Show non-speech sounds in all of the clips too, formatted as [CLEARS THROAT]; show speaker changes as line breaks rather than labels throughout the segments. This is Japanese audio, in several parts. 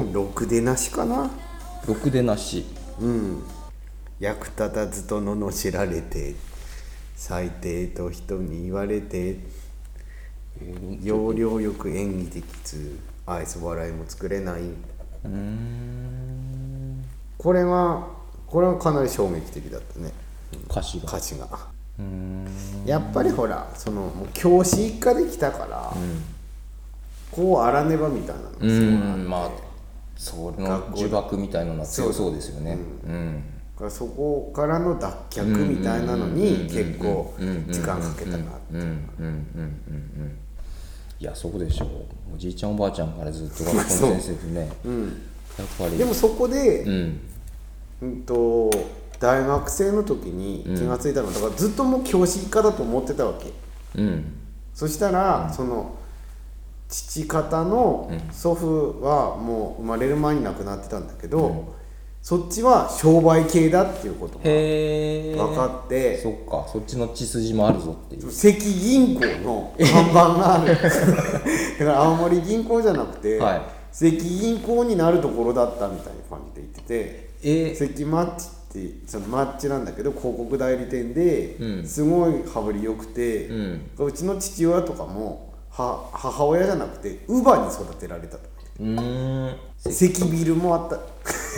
6でなしかな
ろくでなし
うん役立たずと罵られて最低と人に言われて要領よく演技できず愛想笑いも作れないこれはこれはかなり衝撃的だったね
歌詞が
歌詞がやっぱりほらそのもう教師一家で来たから、こうあらねばみたいなのが
う
すごいあって
んまあその呪縛みたいなのは強そうですよねうん
だからそこからの脱却みたいなのに結構時間かけたな
うんうんうんうんうんいやそうでしょうおじいちゃんおばあちゃんからずっと学校の先生でねやっぱり
でもそこで
う、ん
うん、と大学生の時に気が付いたのだからずっともう教師一家だと思ってたわけ
うん
そしたら、その父方の祖父はもう生まれる前に亡くなってたんだけど、そっちは商売系だっていうことが
へえ
分かって、
そっかそっちの血筋もあるぞっていう
関銀行の看板があるだから青森銀行じゃなくて、
はい
関銀行になるところだったみたいな感じで言ってて
え
関マッチってそのマッチなんだけど広告代理店で、
うん
すごい羽振り良くて、
うん
うちの父親とかもは母親じゃなくて乳母に育てられたと
うーんへ
関ビルもあった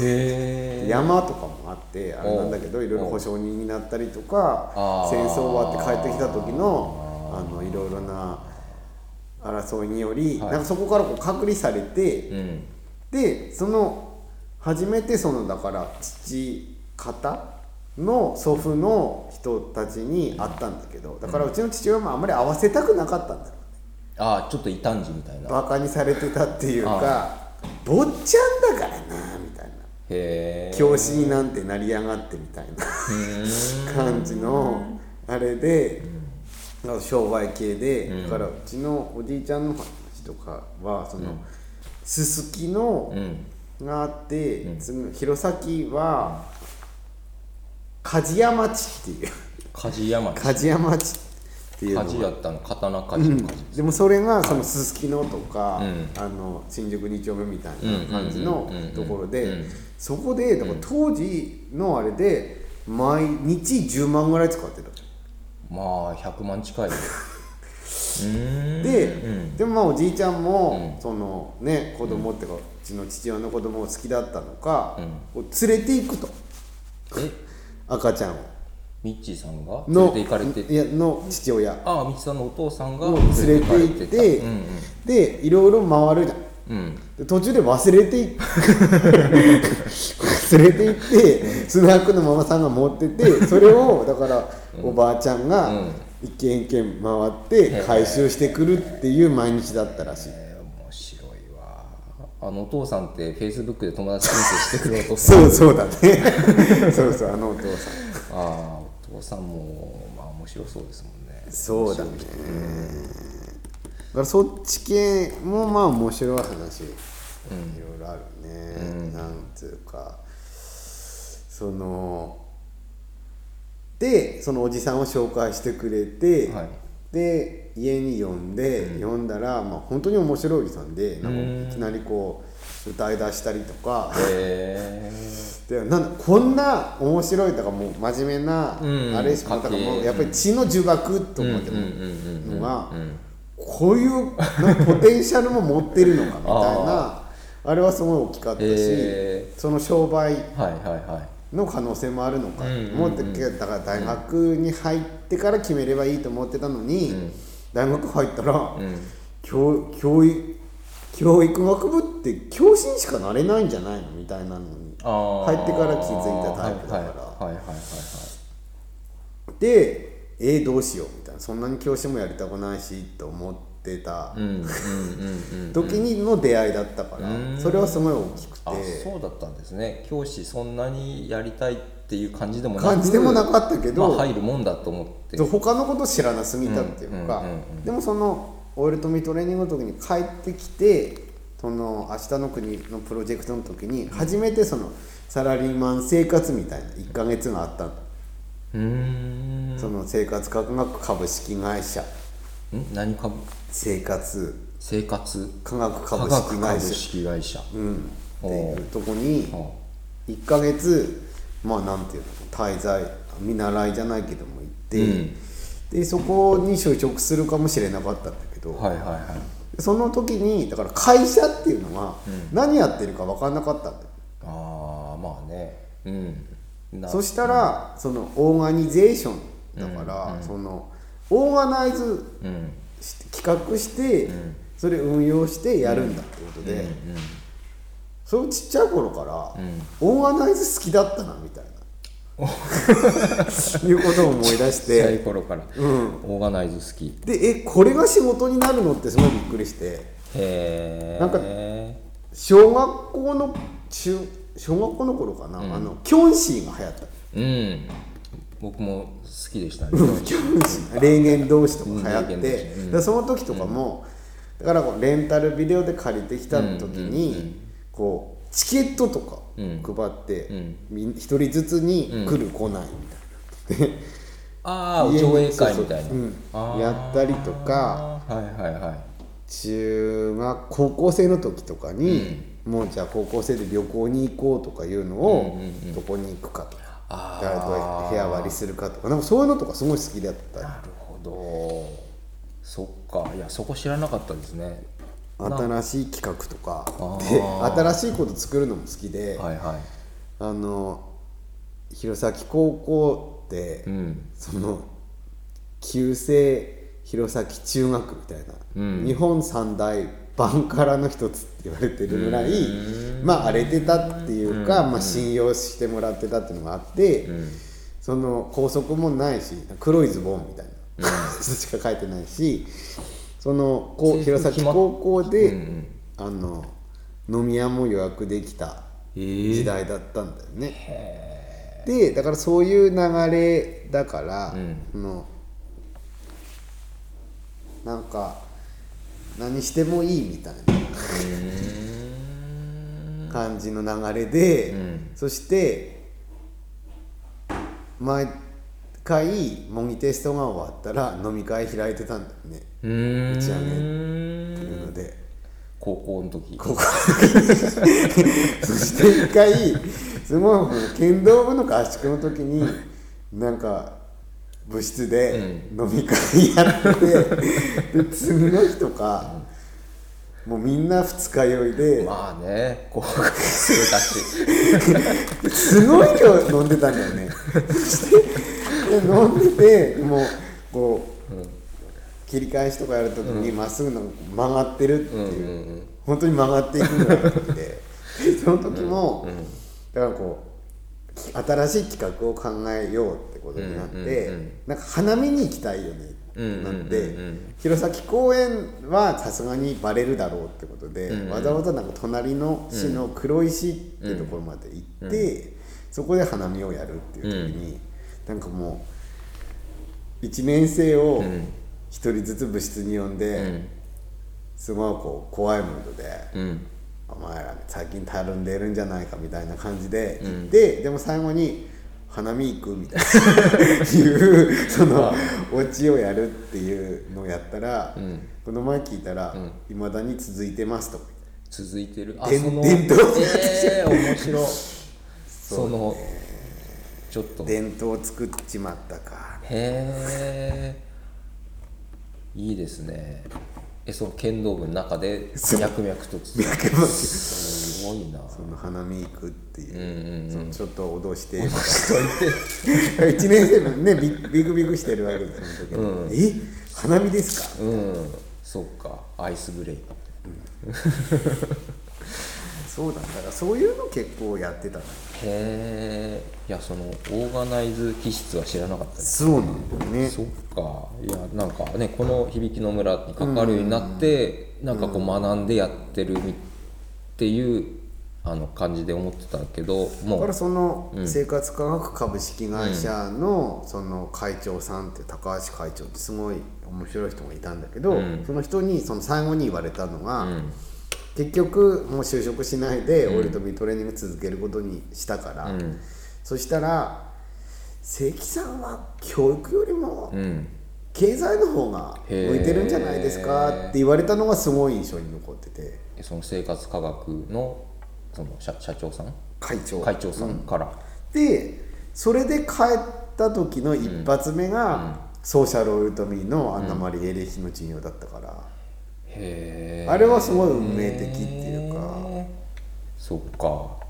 え
山とかもあってあれなんだけど
おう
いろいろ保証人になったりとか
あー
戦争終わって帰ってきた時のあのいろいろな争いにより、
はい
なんかそこからこう隔離されて、
うん
でその初めてそのだから父方の祖父の人たちに会ったんだけどだからうちの父親もあんまり会わせたくなかったんだろうね
ああちょっと異端児みたいなへ
バカにされてたっていうか坊ちゃんだからなみたいな。
え
教師になんてなりやがってみたいな感じのあれでなんか商売系でだからうちのおじいちゃんの話とかはそのすすきの
うん
があってその弘前は鍛冶屋町っていう
鍛冶屋町
鍛冶屋町っていうの
鍛冶
が
やったの刀鍛冶の鍛
でもそれがそのすすきのとか、
うん
あの新宿2丁目みたいな感じの
うんうんうんうん
ところで、
うん
そこでだから当時のあれで毎日10万ぐらい使ってた、
冶まあ100万近いようーん
で、
うん
でもまあおじいちゃんも、
うん
そのね子供っていうか、うちの父親の子供を好きだったのか、こう連れていくと
え
赤ちゃんを
ミッチーさんが連
の
れて行かれて
いやの父親
ああミッチーさんのお父さんが
を連れて行って
うん
でいろいろ回るじゃん
うんうん
で途中で忘れてい忘れていってスナックのママさんが持っててそれをだからおばあちゃんが
うん
一軒一軒回って回収してくるっていう毎日だったらしい
えー面白いわあのお父さんってフェイスブックで友達申請してくるお父さん
[LAUGHS] そうそう
[LAUGHS]
だねそうそうあのお父さん
ああお父さんもまあ面白そうですもんね
そうだねだからそっち系もまあ面白い話いろいろあるね、なんつうかそのでそのおじさんを紹介してくれて、
はい
で家に呼んで、呼んだら、まあ本当に面白いおじさんでなんかいきなりこう歌い出したりと [LAUGHS] か、
へ
でなんだこんな面白いとかもう真面目な、
うん
あれしかだからもう
家計
やっぱり血の呪縛と思って
うんうんうんうん
のがこういうなんかポテンシャルも持ってるのかみたいな
あ
あれはすごい大きかったし、
へ
その商売
えはいはいはい
の可能性もあるのか
うん
もってだから大学に入ってから決めればいいと思ってたのに、大学入ったら、教教育教育学部って教師にしかなれないんじゃないのみたいなのに
あー
入ってから気づいたタイプだから
はいはいはいはいはい
でえー、どうしようみたいなそんなに教師もやりたくないしと思ってた
うんうんうんうん
時にの出会いだったから、
うん
それはすごい大きく
あ
て
そうだったんですね教師そんなにやりたいっていう感じでもなく
感じでもなかったけど、
まあ、入るもんだと思って
そう他のこと知らなすぎたっていうか、
うんうんうん
でもそのオイルトミートレーニングの時に帰ってきてその明日の国のプロジェクトの時に初めてそのサラリーマン生活みたいな1ヶ月があったの、
うーんん
その生活科学株式会社
何か
生活
生活
科学
科
株
学
式
株
会社
式会社
うん、っていうとこに1ヶ月まあなんていうの滞在見習いじゃないけども行って、
うん
でそこに就職するかもしれなかったんだけど、
はいはいはい
その時にだから会社っていうのは何やってるか分かんなかったんだよ、
ああまあねうんな
そしたらそのオーガニゼーションだから、そのオーガナイズ
うん
して企画して、それ運用してやるんだってことで、そのちっちゃい頃から、オーガナイズ好きだったなみたいないうことを思い出し [LAUGHS]
小さ
て
い頃から、
ん
オーガナイズ好きへ
でえこれが仕事になるのってすごいびっくりして
え
なんか小学校の中小学校の頃かな、あのキョンシーが流行った。
うん僕も好きでしたね
[LAUGHS] 霊言同士とか流行っ
うん霊言
て
同士、うん
だからその時とかも、だからこうレンタルビデオで借りてきた時に、こうチケットとか
うん
配って
うん
みん一、人ずつに来る、来ないみたいな。
[LAUGHS] ああ上映会みたい
[LAUGHS] そうそう
な
うん
あー
やったりとか
はいはいはい
中学高校生の時とかに、もうじゃあ高校生で旅行に行こうとかいうのを、どこに行くかとか
あ
誰と部屋割りするかとかなんかそういうのとかすごい好きだったり
なるほどそっかいやそこ知らなかったですね
新しい企画とか
あ
で
ー
新しいこと作るのも好きで、
はいは
あの弘前高校って、
いうん
その旧制弘前中学みたいな、
うん
日本三大バンカラの一つって言われてるぐらいまあ荒れてたっていうか、まあ、信用してもらってたっていうのがあって、その校則もないし黒いズボンみたいな、 [LAUGHS] しか書いてないしそのこう
制服
弘前
決まっ
高校で、
うんうん
あの飲み屋も予約できた
え
時代だったんだよね。でだからそういう流れだから、
ん
そのなんか何してもいいみたいな感じの流れで、
ん
そして毎回模擬テストが終わったら飲み会開いてたんだよね。
うー
打
ん
ち上げっていうので。
高校の時
そして一回すごい剣道部の合宿の時になんか部室で飲み会やって、で次の日とか、もうみんな二日酔いで、
まあね高校生だし
すごい量飲んでたんだよね。そしてで飲んでてもうこう、切り返しとかやるときにまっすぐの曲がってるっていう,、本当に曲がっていくぐらいの時ででその時も、だからこうき新しい企画を考えようってことになって、
うんうんうん
なんか花見に行きたいよねってなって、
うんうんうんうん
弘前公園はさすがにバレるだろうってことで、わざわざなんか隣の市の黒石っていうところまで行って、そこで花見をやるっていう時に、なんかもう1年生を一人ずつ部室に呼んで、すごいこう怖いムードで。
うん
お前ら最近たるんでるんじゃないかみたいな感じで、ででも最後に花見行くみたいないうそのオチをやるっていうのをやったら、この前聞いたら「いま、だに続いてます」とか
続いてるあ
で
その
伝統
ええ面白そのちょっとへ
伝統を作っちまったか
えいいですねえその剣道部の中で
そう
脈々と続いて
脈々
すごいな
その花見行くっていう,、
うん
そのちょっと脅してみたいな [LAUGHS] 一年生のねビビクビクしてるわけですその時に「え花見ですか?」
うんそうかアイスブレイク
そうだだからそういうの結構やってたな
へえいやそのオーガナイズ気質は知らなかったです
そうなんだよね
そっかいやなんかねこの響きの村に関わるようになって、なんかこう学んでやってるみっていうあの感じで思ってたけど
だ
も
から
う
その生活科学株式会社のその会長さんって高橋会長ってすごい面白い人がいたんだけど、その人にその最後に言われたのが、結局もう就職しないで俺とビートレーニング続けることにしたから、そしたら関さんは教育よりも
うん
経済の方が向いてるんじゃないですかって言われたのがすごい印象に残ってて。
その生活科学のその社社長さん
会長
会長さんから、
でそれで帰った時の一発目が、ソーシャルオイルトミーのアンナマリエレヒの陣容だったから、
へー
あれはすごい運命的っていうか
そっか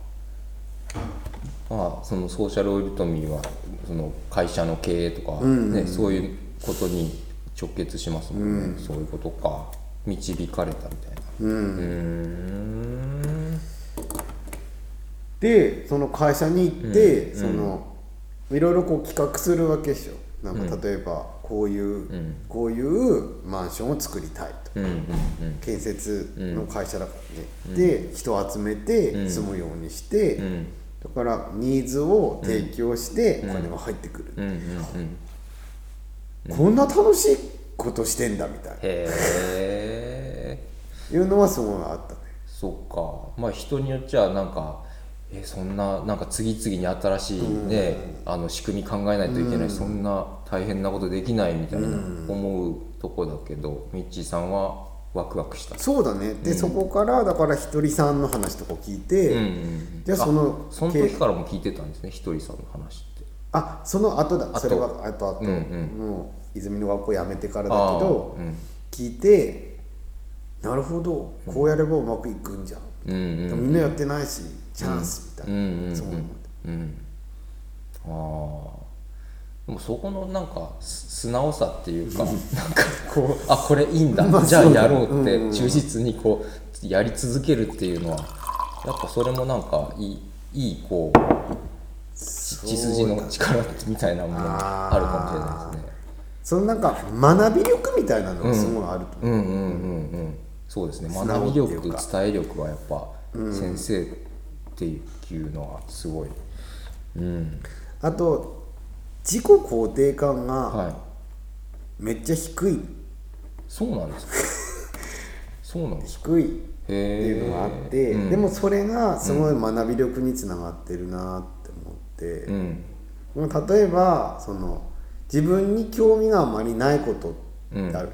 まあそのソーシャルオイルトミーはその会社の経営とか、ねそういうことに直結しますもんね、そういうことか導かれたみたいな
うん
うーん
でその会社に行って、そのいろいろこう企画するわけですよなんか例えばこういう、
ん
こういうマンションを作りたいと
うんうんうん
建設の会社だからね、で人を集めて住むようにして、
うん
だからニーズを提供してお金が入ってくる、
うんうんうん
こんな楽しいことしてんだみたいな
へえ
いうのはすごいあったね
そっかまあ人によっちゃなんかえそんななんか次々に新しいね、あの仕組み考えないといけない、そんな大変なことできないみたいな思うとこだけど、ミッチーさんはワクワクした。
そうだねで、そこからだからひとりさんの話とか聞いて、
うんうんうん
じゃあその
その時からも聞いてたんですねひとりさんの話って。
あその後だ
後
それはあとあと、
うん
もう泉の学校辞めてからだけ
あ
ど
ー、うん
聞いてなるほどこうやればうまくいくんじゃん、
うんうん
でもみんなやってないしチャンスみたいな、
うんうん
そう思って
うん、ああでもそこのなんかす素直さっていうかなんかこうあこれいいんだ、
まあ
じゃあ
そうだ
やろうって
うんうん
忠実にこうやり続けるっていうのはやっぱそれもなんかいいいいこう血筋の力みたいなものがあるかもしれないですね。
そのなんか学び力みたいなのがすごいあると思う、
うんうんうんうんそうですね
素直っ
学び
ていう
力
か
伝え力はやっぱ先生っていうのはすごい。うん、
あと自己肯定感が
はい
めっちゃ低い
そうなんで
[LAUGHS]
すか。そうなんですか。
低い
へ
って
え。
いうのがあって、
うん
でもそれがすごい学び力につながってるなって思って
う、ん。
もう例えばその自分に興味があまりないことってある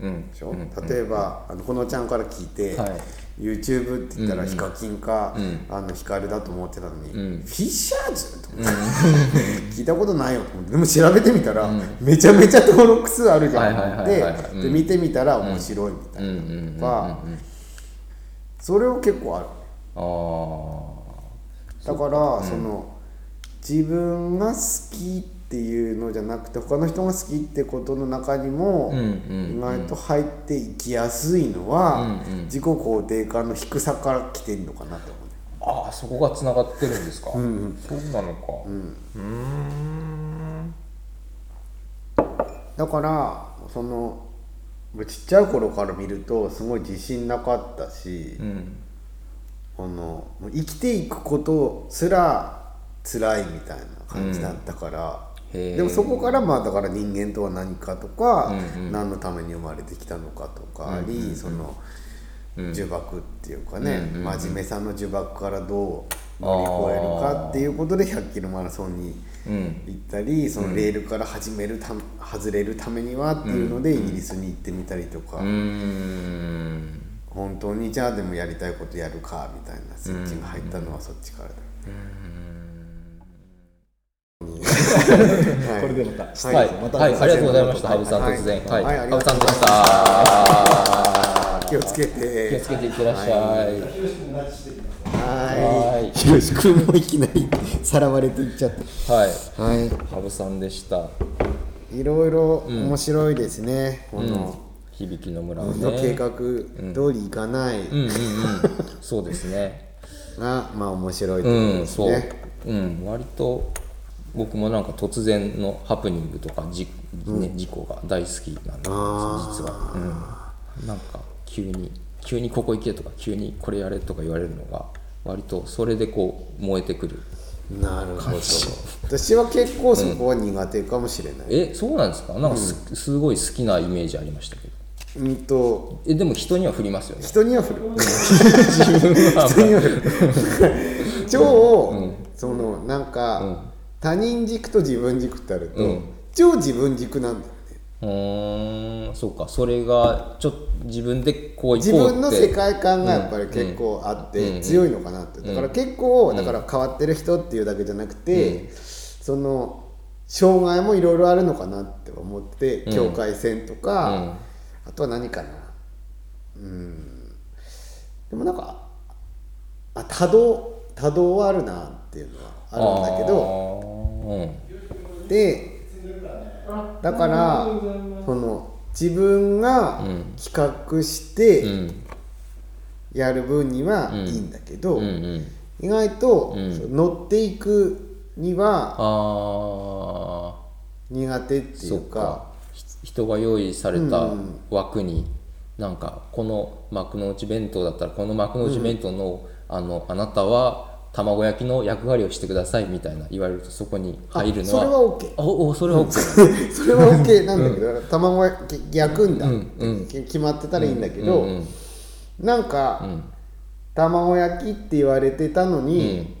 うん
で。しょ、
うん
例えばあのこのちゃんから聞いて、
はい
YouTube って言ったらヒカキンか、
うん
あのヒカルだと思ってたのに、
うん
フィッシャーズと思って、 [LAUGHS] 聞いたことないよと思ってでも調べてみたら、めちゃめちゃ登録数あるじゃんと思っ
はいはいはいはいは
て
いうん
で見てみたら面白いみたい
うんうん
な
うんうん
と
うん。
か
あ
それは結構ある
あ
だから、その自分が好きっていうのじゃなくて他の人が好きってことの中にも、
ー。うん
意
うん。
外と入っていきやすいのは、
うんうん
自己肯定感の低さから来てるのかなと思うね
ああそこが繋がってるんですか。うん。そうなのか。うん。うん。
だからそのちっちゃい頃から見るとすごい自信なかったし、
うん。
この生きていくことすら辛いみたいな感じだったから、
うんへー
でもそこからまあだから人間とは何かとか、
うんうん
何のために生まれてきたのかとかあり、その呪縛っていうか
う
ね、
んうんうん
真面目さの呪縛からどう乗り越えるかっていうことで100キロマラソンに
うん。
行ったりそのレールから始めるた外れるためにはっていうのでイギリスに行ってみたりとか。
うーん。
本当にじゃあでもやりたいことやるかみたいなスイッチが入ったのはそっちからだよね。はい
これでまたした
はいい、
です、また、
はい、ありがとうございました、羽生さん、
はい
突然、
は
はいい、
あり
羽
が
生
と
さ
うんございました
でした。
気をつけ
気を
て
つけていってらっしゃい。
は
はい
いひろし
[LAUGHS]
君もいきなりさらわれていっちゃっ
はい、
たは
羽生さんでした。
いいろいろ面白いですね、この、
響きの村
こ
は
の計
ね。
画通りいかない
うんうんうん、そうです
[LAUGHS]
ね。
が、まあ面白いところ
う
で
ん、
す
そう、
ね、
うん、割と。僕もなんか突然のハプニングとかじ、ね、事故が大好きなんで、実は、うん、なんか急に。急にここ行けとか急にこれやれとか言われるのが割とそれでこう燃えてくる
なるほど私は結構そこは苦手かもしれない、
えそうなんですかなんかす,、すごい好きなイメージありましたけど
うんと
えでも人には振りますよね
人には振
[LAUGHS]
る [LAUGHS] 人には振る超、そのなんか、他人軸と自分軸ってあると、超自分軸なんだよね
うーんそうかそれがちょっと自分でこう行こうって
自分の世界観がやっぱり結構あっ
うんう
て
ん
強いのかなってだから結構だから変わってる人っていうだけじゃなくて、その障害もいろいろあるのかなって思って
うん
境界線とか、
うん
あとは何かなうんでもなんかあ多動多動はあるなっていうのはあるんだけど。
ど
でだからその自分が
うん
企画し
う
て
ん
やる分には
うん
いいんだけど、
うんうん
意外と、
うん
その乗っていくには
ああ
苦手ってい
そうう
か
かひ人が用意された
うん
枠に、なんかこの幕の内弁当だったらこの幕の内弁当の,、あのあなたは卵焼きの役割をしてくださいみたいな言われるとそこに入るのは
あそれは OK
おおそれは OK
[LAUGHS] それは OK なんだけど、だから卵焼き焼くんだ、
うんうん
き決まってたらいいんだけど、
うん
なんか、
うん
卵焼きって言われてたの
う
に、
ん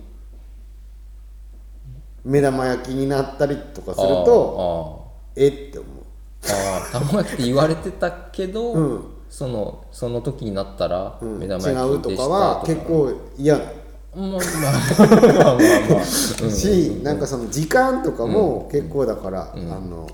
目玉焼きになったりとかすると
と
えって思う。
あーあー卵焼きって言われてたけど、
うん
そのその時になったら
うん
目
違
玉焼
う
き
と
でした
かは結構嫌だ
まあまあまあまあまあ
[LAUGHS] し、なんかその時間とかも結構だから、あの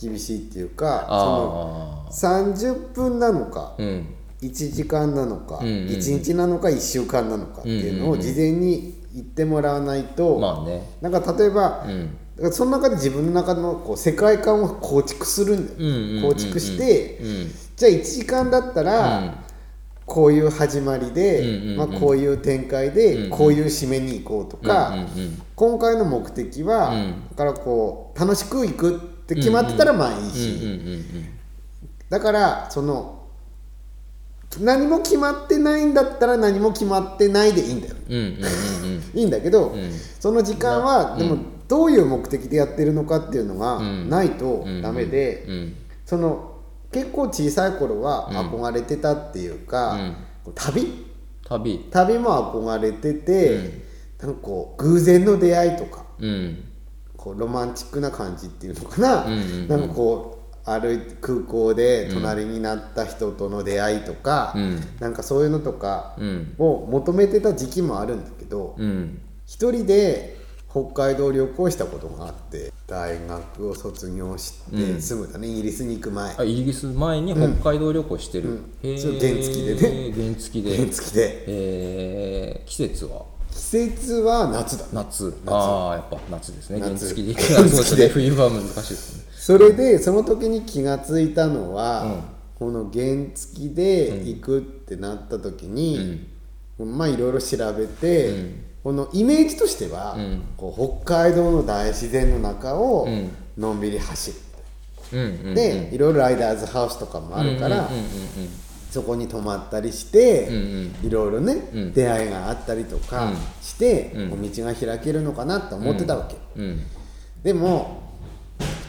厳しいっていうか
ああ
その30分なのか、
うん
1時間なのか、
うんうんうん
1日なのか1週間なのかっていうのを事前に言ってもらわないと、
まあね
なんか例えば、
うん
だからその中で自分の中のこう世界観を構築するんだよ、
うんうんうんうん
構築して、
うん
じゃあ1時間だったら、
うん
こういう始まりで、
うんうんうん
まあ、こういう展開
うんう
で
ん
こういう締めに行こうとか、
うんうんうん
今回の目的は、
うん
だからこう楽しく行くって決まってたらまあいいし、
うんうんうん
だからその何も決まってないんだったら何も決まってないでいいんだよ
うんうんうんうん
いいんだけど、
ん
その時間は、でもどういう目的でやってるのかっていうのが
ん
ないと
うん
ダメで、
うん
その結構小さい頃は
うん
憧れてたっていうか、
うん
こう旅
旅
旅も憧れてて、なんかこう偶然の出会いとか
うん
こうロマンチックな感じっていうのかな、
うんうんうん
なんかこう歩いて空港で隣になった人との出会いとか、
うん
なんかそういうのとか
うん
を求めてた時期もあるんだけど、
うん
一人で北海道旅行したことがあって大学を卒業してすぐだね、イギリスに行く前
あイギリス前に北海道旅行してる、
うん
へえ
そう原付でね
原付で
原付で
えー季節は
季節は夏だ
夏ああやっぱ夏ですね
夏
原付で
原付で
そうですね冬は難しいですね
それでその時に気がついたのは、この原付で行くってなった時に、まあいろいろ調べて、このイメージとしては、
ん
こう北海道の大自然の中を
うん
のんびり走る、
うんうん
でいろいろライダーズハウスとかもあるから、
うんうん
そこに泊まったりして、
うんうん
いろいろね、
うん
出会いがあったりとか
うん
して、
うん
お道が開けるのかなと思ってたわけ、
うんうん
でも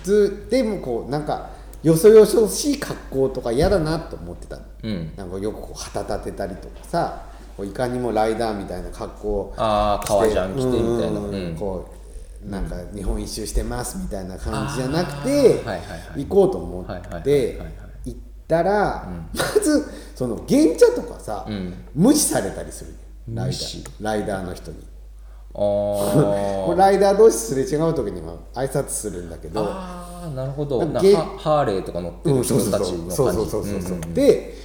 普通でもこうなんかよそよそしい格好とか嫌だなと思ってたの、
うん
なんかよくこう旗立てたりとかさこういかにもライダーみたいな格好を
ああ革ジャン着てみたいな
うん
う
うんうん
ん
こうなんか日本一周してますみたいな感じじゃなくて
あーはいはいは
行
い
こうと思
はいはいは
っ
いはい
て
はい
行ったらまずその原茶とかさ
うん
無視されたりするよライダ
無視
ーライダーの人に。
あ
こ
あ
れライダー同士すれ違う時には挨拶するんだけど
あーなるほど
なん
な
か
ん
ゲ
かハハーレーとか乗って
う
る
んそう
人
そう
たち
そう
の感じ
そうそうそうそうそううん
うん
で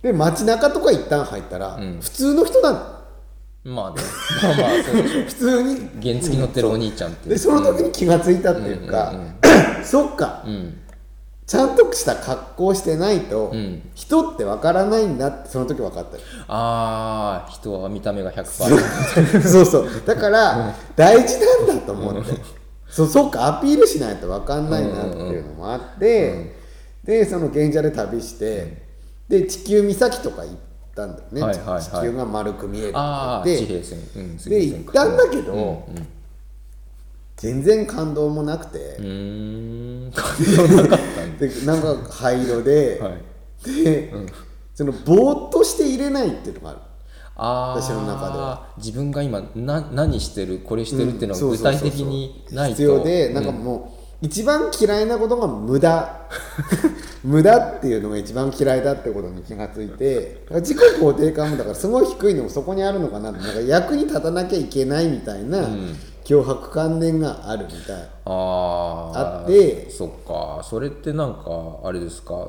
で街中とか一旦入ったら
ん
普通の人なの
うんまあねまあまあそうでしょ
[CLEARS THROAT] 普通に
原付乗ってるお兄ちゃんってい
で
う
その時に気がついたっていうか、 [CLEARS THROAT] そっか、
ん
ちゃんとした格好してないと、
ん
人ってわからないんだってその時分かったよ
ああ人は見た目が100%
[LAUGHS] そうそうだから大事なんだと思って、そそっかアピールしないと分かんないなっていうのもあって、でその現社で旅してで地球岬とか行ったんだよね、
はいはいはい
地球が丸く見えるって言
あ
っ
あ
て
地平線うん
で行ったんだけど、
うんうん
全然感動もなくて。
うーん
でなんか灰色で、
は
で、そのぼーっとして入れないっていうのがある
あ
私の中では
あ自分が今な何してるこれしてるっていうの
そ
は
う
具
そう
体
そうそう
的にないと
必要でなんか
うん
もう、一番嫌いなことが無駄 [LAUGHS] 無駄っていうのが一番嫌いだってことに気がついて自己肯定感もだからすごい低いのもそこにあるのかなってなんか役に立たなきゃいけないみたいな、脅迫観念があるみたい
あー
あって
そっかそれってなんかあれですか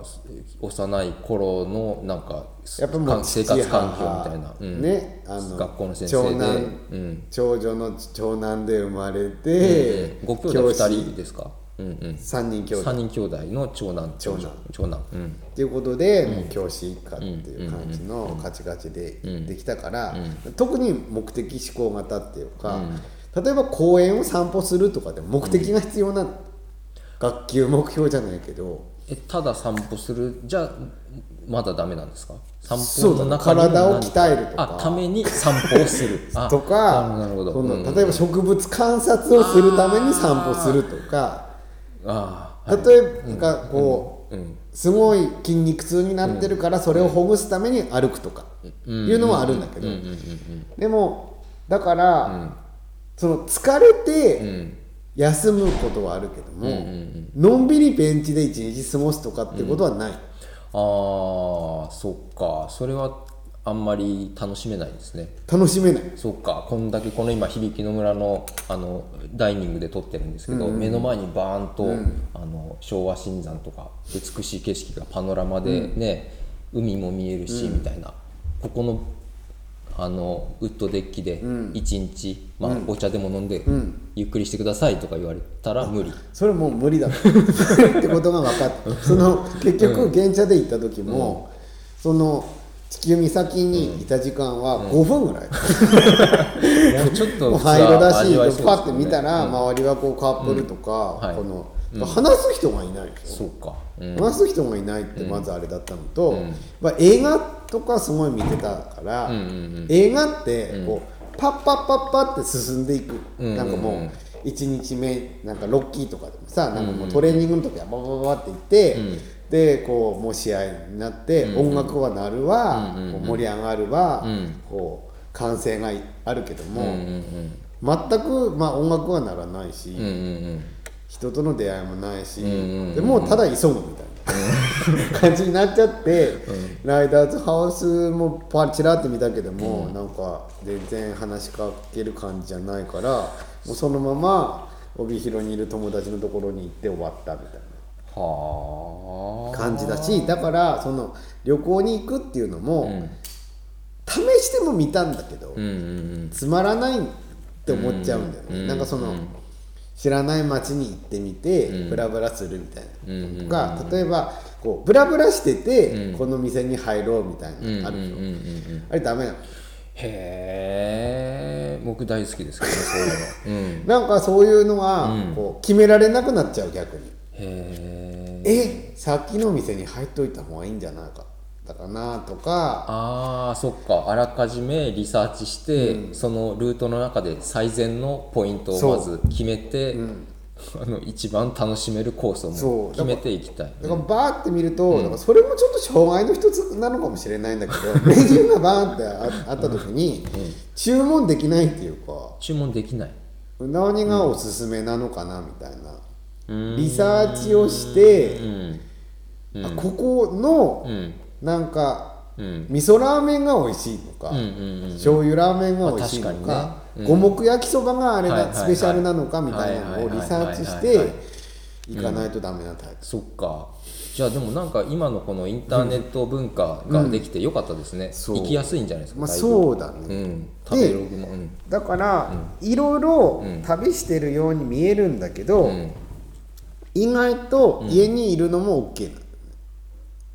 幼い頃のなんか
やっぱもう
か
父
生
母
活環境みたいな、うん
ねあの
学校の先
長
生で、
男、
うん
長女の長男で生まれて、
ご兄弟2人ですか、うんうん、
3人兄弟
3人兄弟の長男長女長男、うん、
っていうことで、もう教師一家っていう感じのカチカチでできたから、特に目的思考型っていうか、例えば公園を散歩するとかでも目的が必要なの、学級目標じゃないけど
えただ散歩するじゃまだダメなんですか散
そう
歩
だ
の
ね
中にも
体を
何
鍛えるとか
あために散歩をす
[LAUGHS]
るあ
とか
なるほど
そ
なるほど、
の
うん、
例えば植物観察をするために散歩するとか。
あー、はい、
例えばこう、すごい筋肉痛になってるからそれをほぐすために歩くとかいうのはあるんだけどでもだから、その疲れて休むことはあるけども、のんびりベンチで一日過ごすとかってことはない、
あーそっかそれはあんまり楽しめないですね
楽しめない
そっかこんだけこの今響きの村のあのダイニングで撮ってるんですけど、目の前にバーンと、あの昭和新山とか美しい景色がパノラマでね、海も見えるし、みたいなここのあのウッドデッキで一日、まあお茶でも飲んで、ゆっくりしてくださいとか言われたら
[LAUGHS]
無理。
それもう無理だ [LAUGHS] とってことが分かったその結局現車で行った時も、その地球岬にいた時間は5分ぐらい、
いやちょっと
もう灰色だ
味わえそうです
し、
ね
パッて見たら、周りはこうカップルとか、
うんはい
この、話す人がいないでし
そうか、う
ょ、
ん
話す人がいないってまずあれだったのと、まあ、映画とかすごい見てたから、映画ってこうパッパッパッパって進んでいく、
ん
なんかもう。1日目なんかロッキーとかでもさなんかもうトレーニングの時はババババって行って、でこうもう試合になって、音楽は鳴るわ、こう盛り上がるわ、こう歓声があるけども、全く、まあ、音楽はならないし、
うんうん
人との出会いもないし、
んうん
でもうただ急ぐみたい
[LAUGHS]
な感じになっちゃって、ライダーズハウスもパチラって見たけども、なんか全然話しかける感じじゃないからもうそのまま帯広にいる友達のところに行って終わったみたいな。
はあ
感じだしだからその旅行に行くっていうのも、試しても見たんだけど、
うんうん
つまらないって思っちゃうんだよね、なんかその、知らない町に行ってみて、ブラブラするみたいなこととか、例えばこうブラブラしてて、この店に入ろうみたいなのあるでしょ、あれダメなの
へえ僕大好きですけどねそういうの、うん、へ
なんかそういうのが、こう決められなくなっちゃう逆に、
え
えさっきの店に入っといた方がいいんじゃないかだかなとか
あーそっかあらかじめリサーチして、そのルートの中で最善のポイントをまず決めて、 [LAUGHS] あの一番楽しめるコースを
そう
も決めていきたい
だからバーって見ると、だからそれもちょっと障害の一つなのかもしれないんだけ
[LAUGHS]
どメニューがバーンってああった時に、注文できないっていうか
注文できない
何がおすすめなのかなみたいな、リサーチをして、あここの、
ん
なんか、
うん
味噌ラーメンが美味しいとか、
うんうん
醤油ラーメンが美味しいの
まあ
か五目焼きそばがあれ
はいはいは
だ
い
スペシャルなのかみたいなのをリサーチして
はいはいはいはい
いかないとダメなタイプ。
そっかじゃあでもなんか今のこのインターネット文化ができてよかったですね、
そう
行きやすいんじゃないですか、
まあ、
だいぶ
そうだ
う
ね、
ん食べログも、うん、
だから、いろいろ旅してるように見えるんだけど、
ん
意外と家にいるのも
[LAUGHS]
OK なの、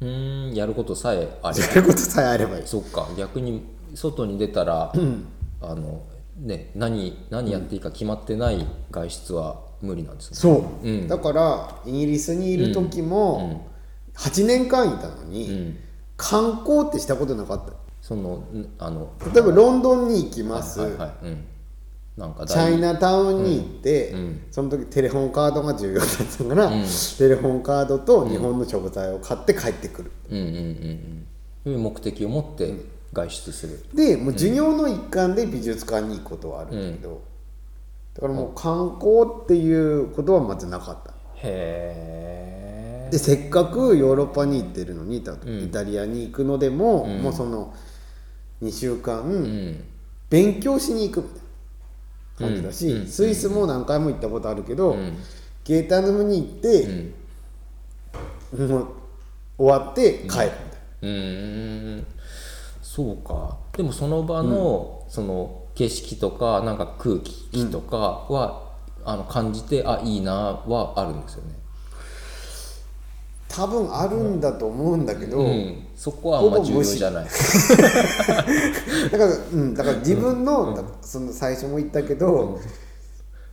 うーんやることさえあれば
やることさえあればいい
そっか逆に外に出たら、あのね何何やっていいか決まってない外出は無理なんですね、
そう、
うん
だからイギリスにいる時も、8年間いたのに、
ん
観光ってしたことなかった
そのんあの
例えばロンドンに行きます、
はいはいうんなんか
チャイ
ナ
ナタウンに行って、その時テレホンカードが重要だったから、テレホンカードと日本の食材を買って帰ってくる、
うんうんうんうんという目的を持って外出する、
でもう授業の一環で美術館に行くことはあるんだけど、だからもう観光っていうことはまずなかった
へ
でせっかくヨーロッパに行ってるのに、た
ん
イタリアに行くのでも、
うん
もうその2週間、
えうん
勉強しに行くみたいな感じだし、
うん
スイスも何回も行ったことあるけど、
ん
ゲータヌムに行っ
う
て、
ん
もう終わって帰るみたいな、
うーんそうかでもその場の、その景色とかなんか空気とかは、あの感じてあいいなはあるんですよね、
多分あるんだと思うんだけど、
うん、そこはあんま重要じゃない
だから、うん、だから自分の,だ、その最初も言ったけど、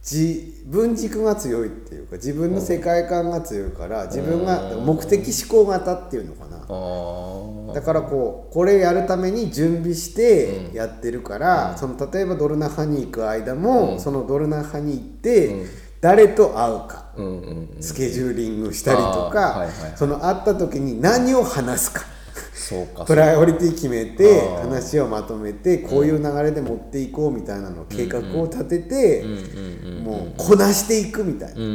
自分軸が強いっていうか自分の世界観が強いから自分が目的思考型っていうのかな
あー
だからこうこれやるために準備してやってるから、その例えばドルナハに行く間も、そのドルナハに行って、誰と会うか、
うんうんうん
スケジューリングしたりとか、
あーはいはい
その会った時に何を話すか。
そうか
プ
そうか
ライオリティ決めて
あー
話をまとめてこういう流れで持っていこうみたいなのを計画を立ててもうこなしていくみたい
うんうんう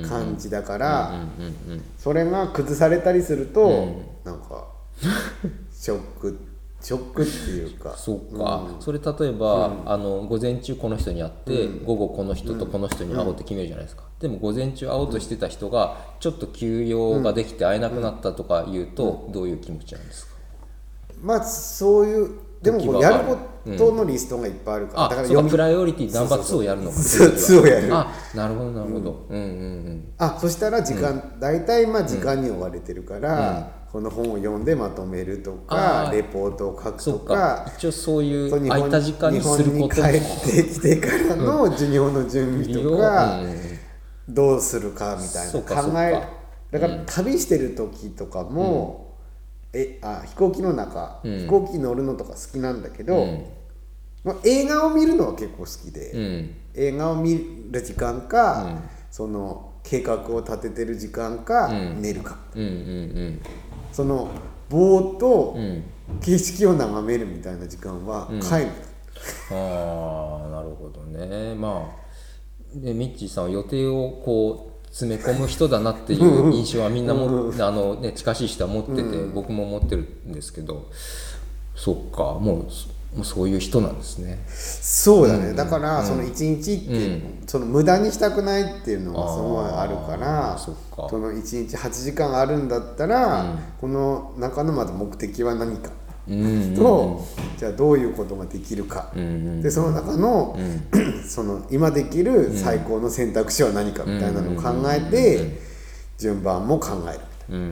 ん
な感じだから
うんうん
それが崩されたりするとなんか [LAUGHS] ショックショックっていうか
[LAUGHS] そうか、それ例えば、あの午前中この人に会って、午後この人とこの人に会おうって決めるじゃないですか、でも午前中会おうとしてた人がちょっと休養ができて会えなくなったとか言うと、どういう気持ちなんですか、
まあそういうでもこう
時は
やることのリストがいっぱいあるから
あ
だから
そう
読
か
み
プライオリティナンバー2をやるのか
そう [LAUGHS] そう
その
2
時は
をやる
あなるほどなるほど、うん、うんうん
あそしたら時間、大体まあ時間に追われてるから、この本を読んでまとめると
あ
か
ー
レポートを書く
そ
と
うか
か
一応そうい
そう
う
日
空
本
いた時間にす
日
ること
本に帰ってきてからの授業の準備とか、
うんうん
どうするかみたい
そ
な
うか
考え
そうか
だから旅してる時とかも、えあ飛行機の中、
うん
飛行機乗るのとか好きなんだけど、
うん
まあ、映画を見るのは結構好きで、
うん
映画を見る時間か、その計画を立ててる時間か、
うん
寝るか
うんうん
そのぼーっと
うんうん
景色を眺めるみたいな時間は
ん
帰る、
ああなるほどねまあでミッチーさんは予定をこう詰め込む人だなっていう印象はみんなもあの、ね、近しい人は持ってて、僕も持ってるんですけどそっかもうそもうそういう人なんですね
そうだね、だからその一日って、その無駄にしたくないっていうのがすごいあるから
あーそっか
その一日8時間あるんだったら、この中のまず目的は何か
うん
と、じゃあどういうことができるか、でその中の,、その今できる最高の選択肢は何かみたいなのを考えて、順番も考える
うん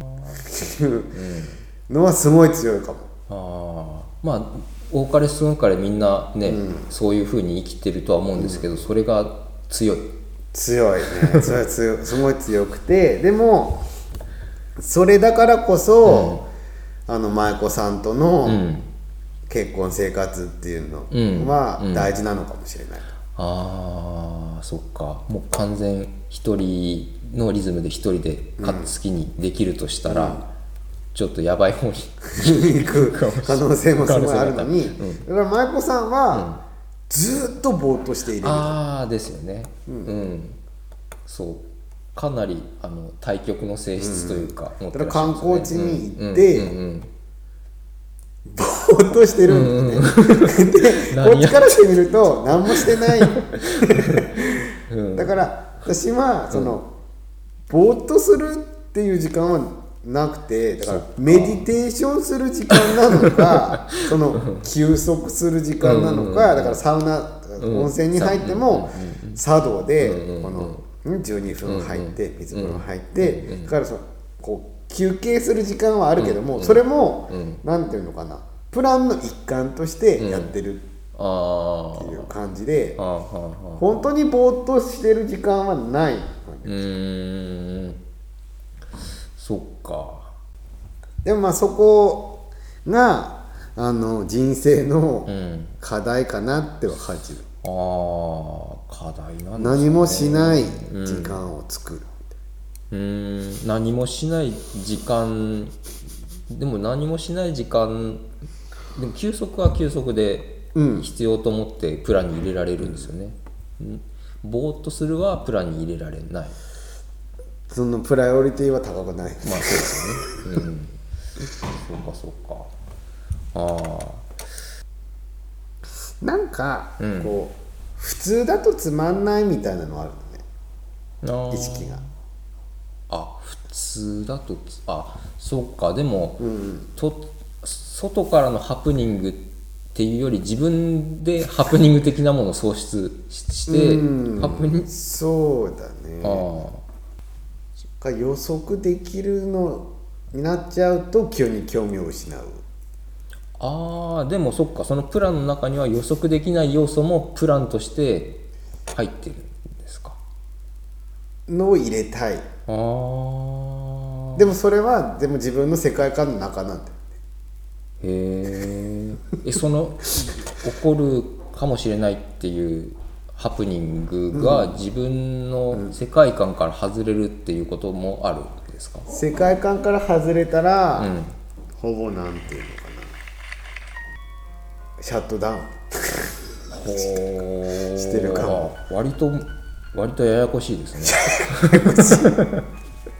うん
っていうのはすごい強いかも。
ああまあ多かれ少なかれみんなね、そういうふうに生きてるとは思うんですけど、それが強い
強いねそれは強いすごい強くてでもそれだからこそ、あの舞子さんとの
ん
結婚生活っていう
うん
のは大事なのかもしれない、
あーそっかもう完全一人のリズムで一人でか好きにできるとしたら、ちょっとやばい方に
行く可能性もすごいあるのに、だから舞子さんは、ずっとぼーっとしている
ああですよねうん、そうかなりあの対極の性質というか、持っ
だ
て
から
らっしゃる
観
んですよね
光地に行って、
うんうんうん
ぼーっとしてるんですね、 [LAUGHS] でこっちからしてみると何もしてない、だから私はその、ぼーっとするっていう時間はなくてだからメディテーションする時間なの [LAUGHS] かその休息する時間なのかだからサウナ温泉に入っても茶道でこのん12分入って水風呂入ってだからそのこう休憩する時間はあるけどもそれもなんていうのかなプランの一環としてやってる
あー
っていう感じで
あーはーはー
本当にぼーっとしてる時間はない。
うーんそっか
でもまあそこがあの人生の
うん
課題かなっては感じる、
ああ課題なんですね
何もしない時間を作る、
うーん何もしない時間でも何もしない時間でも休息は休息で
うん
必要と思ってプランに入れられるんですよね、うんぼーっとするはプランに入れられない
そのプライオリティは高くない
まあそうですよね。うん。そうかそうか。あ
なんか、
うん
こう普通だとつまんないみたいなのあるのね
あ。ああ
意識が
あ普通だとつあそっかでも、と外からのハプニングっていうより自分で [LAUGHS] ハプニング的なものを創出しして、
うん
ハプニング
そうだ
あ
ね
ー
が予測できるのになっちゃうと急に興味を失う
あーでもそっかそのプランの中には予測できない要素もプランとして入ってるんですか
のを入れたい
あー
でもそれはでも自分の世界観の中なんだよね
へーえその起こるかもしれないっていうハプニングが自分の世界観から外れるっていうこともあるんですか、
世界観から外れたら、
ん
ほぼなんていうのかなシャットダウン
ほー
してるかも
割と割とややこしいですね